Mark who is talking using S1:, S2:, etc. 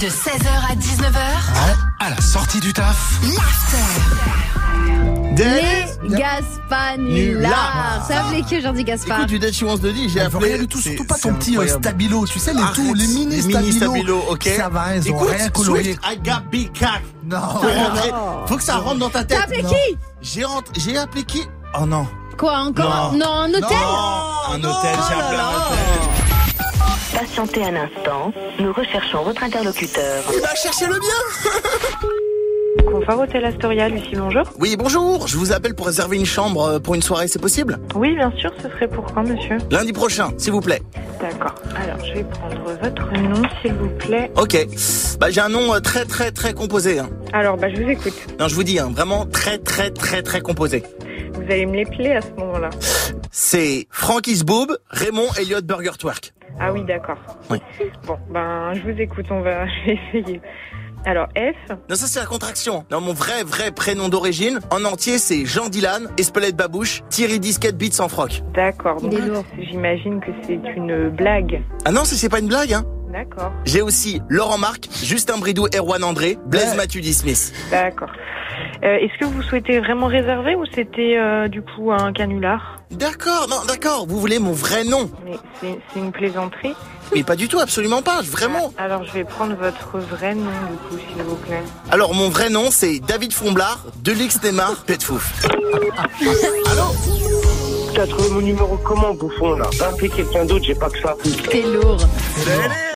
S1: De 16h à 19h,
S2: En- à la sortie du taf.
S3: Les Gaspanulas. Ça appelé qui aujourd'hui, Gaspard
S4: Ah. Écoute, une assurance de vie, j'ai
S2: Elle veut
S4: appelé.
S2: rien du tout,
S4: C'est-
S2: surtout pas
S4: c'est
S2: ton petit euh,
S4: incroyable. Ah,
S2: stabilo, tu sais, les,
S4: Arrête,
S2: tout, les mini stabilo.
S4: ok.
S2: Ça va, elles ont
S4: Écoute,
S2: rien coloré.
S4: Swift, I got big cock.
S2: Non.
S4: Faut rentrer- Faut que ça rentre dans ta tête.
S3: T'as appelé
S4: Non.
S3: qui
S4: J'ai rentré, j'ai appelé qui
S2: Oh non.
S3: Quoi, encore
S4: Non. Oh
S3: Non, un hôtel
S4: Un hôtel, j'ai appelé un hôtel.
S5: Patientez un instant, nous recherchons votre interlocuteur.
S4: Il va chercher le bien.
S6: Confort Hôtel Astoria, Lucie, bonjour.
S4: Oui, bonjour. Je vous appelle pour réserver une chambre euh, pour une soirée, c'est possible
S6: Oui, bien sûr, ce serait pour quand, monsieur
S4: Lundi prochain, s'il vous plaît.
S6: D'accord. Alors, je vais prendre votre nom, s'il vous plaît.
S4: Ok. Bah, j'ai un nom euh, très, très, très composé. hein.
S6: Alors, bah, je vous écoute.
S4: Non, je vous dis, hein, vraiment très, très, très, très composé.
S6: Vous allez me l'épeler à ce moment-là.
S4: C'est Frankie Boob, Raymond Elliott Burger Twerk.
S6: Ah oui, d'accord.
S4: Oui.
S6: Bon, ben, je vous écoute, on va je vais essayer. Alors, F,
S4: Non, ça c'est la contraction. Non, mon vrai, vrai prénom d'origine, en entier, c'est Jean Dylan, Espelette Babouche, Thierry Disquette Beats sans froc.
S6: d'accord.
S3: Il
S6: Donc,
S3: est lourd.
S6: J'imagine que c'est une blague.
S4: Ah non, ça c'est pas une blague, hein.
S6: D'accord,
S4: J'ai aussi Laurent Marc, Justin Bridou, Erwan André, Blaise Mathieu Smith.
S6: d'accord. Euh, Est-ce que vous souhaitez vraiment réserver ou c'était euh, du coup un canular
S4: D'accord, non, d'accord, vous voulez mon vrai nom
S6: Mais c'est c'est une plaisanterie.
S4: Mais pas du tout, absolument pas, vraiment.
S6: Alors, je vais prendre votre vrai nom, du coup, s'il vous plaît.
S4: Alors, mon vrai nom, c'est David Fomblard, Delix Neymar, Petfouf.
S7: T'as trouvé mon numéro comment, bouffon, là Va appeler quelqu'un d'autre, j'ai pas que ça.
S3: T'es lourd.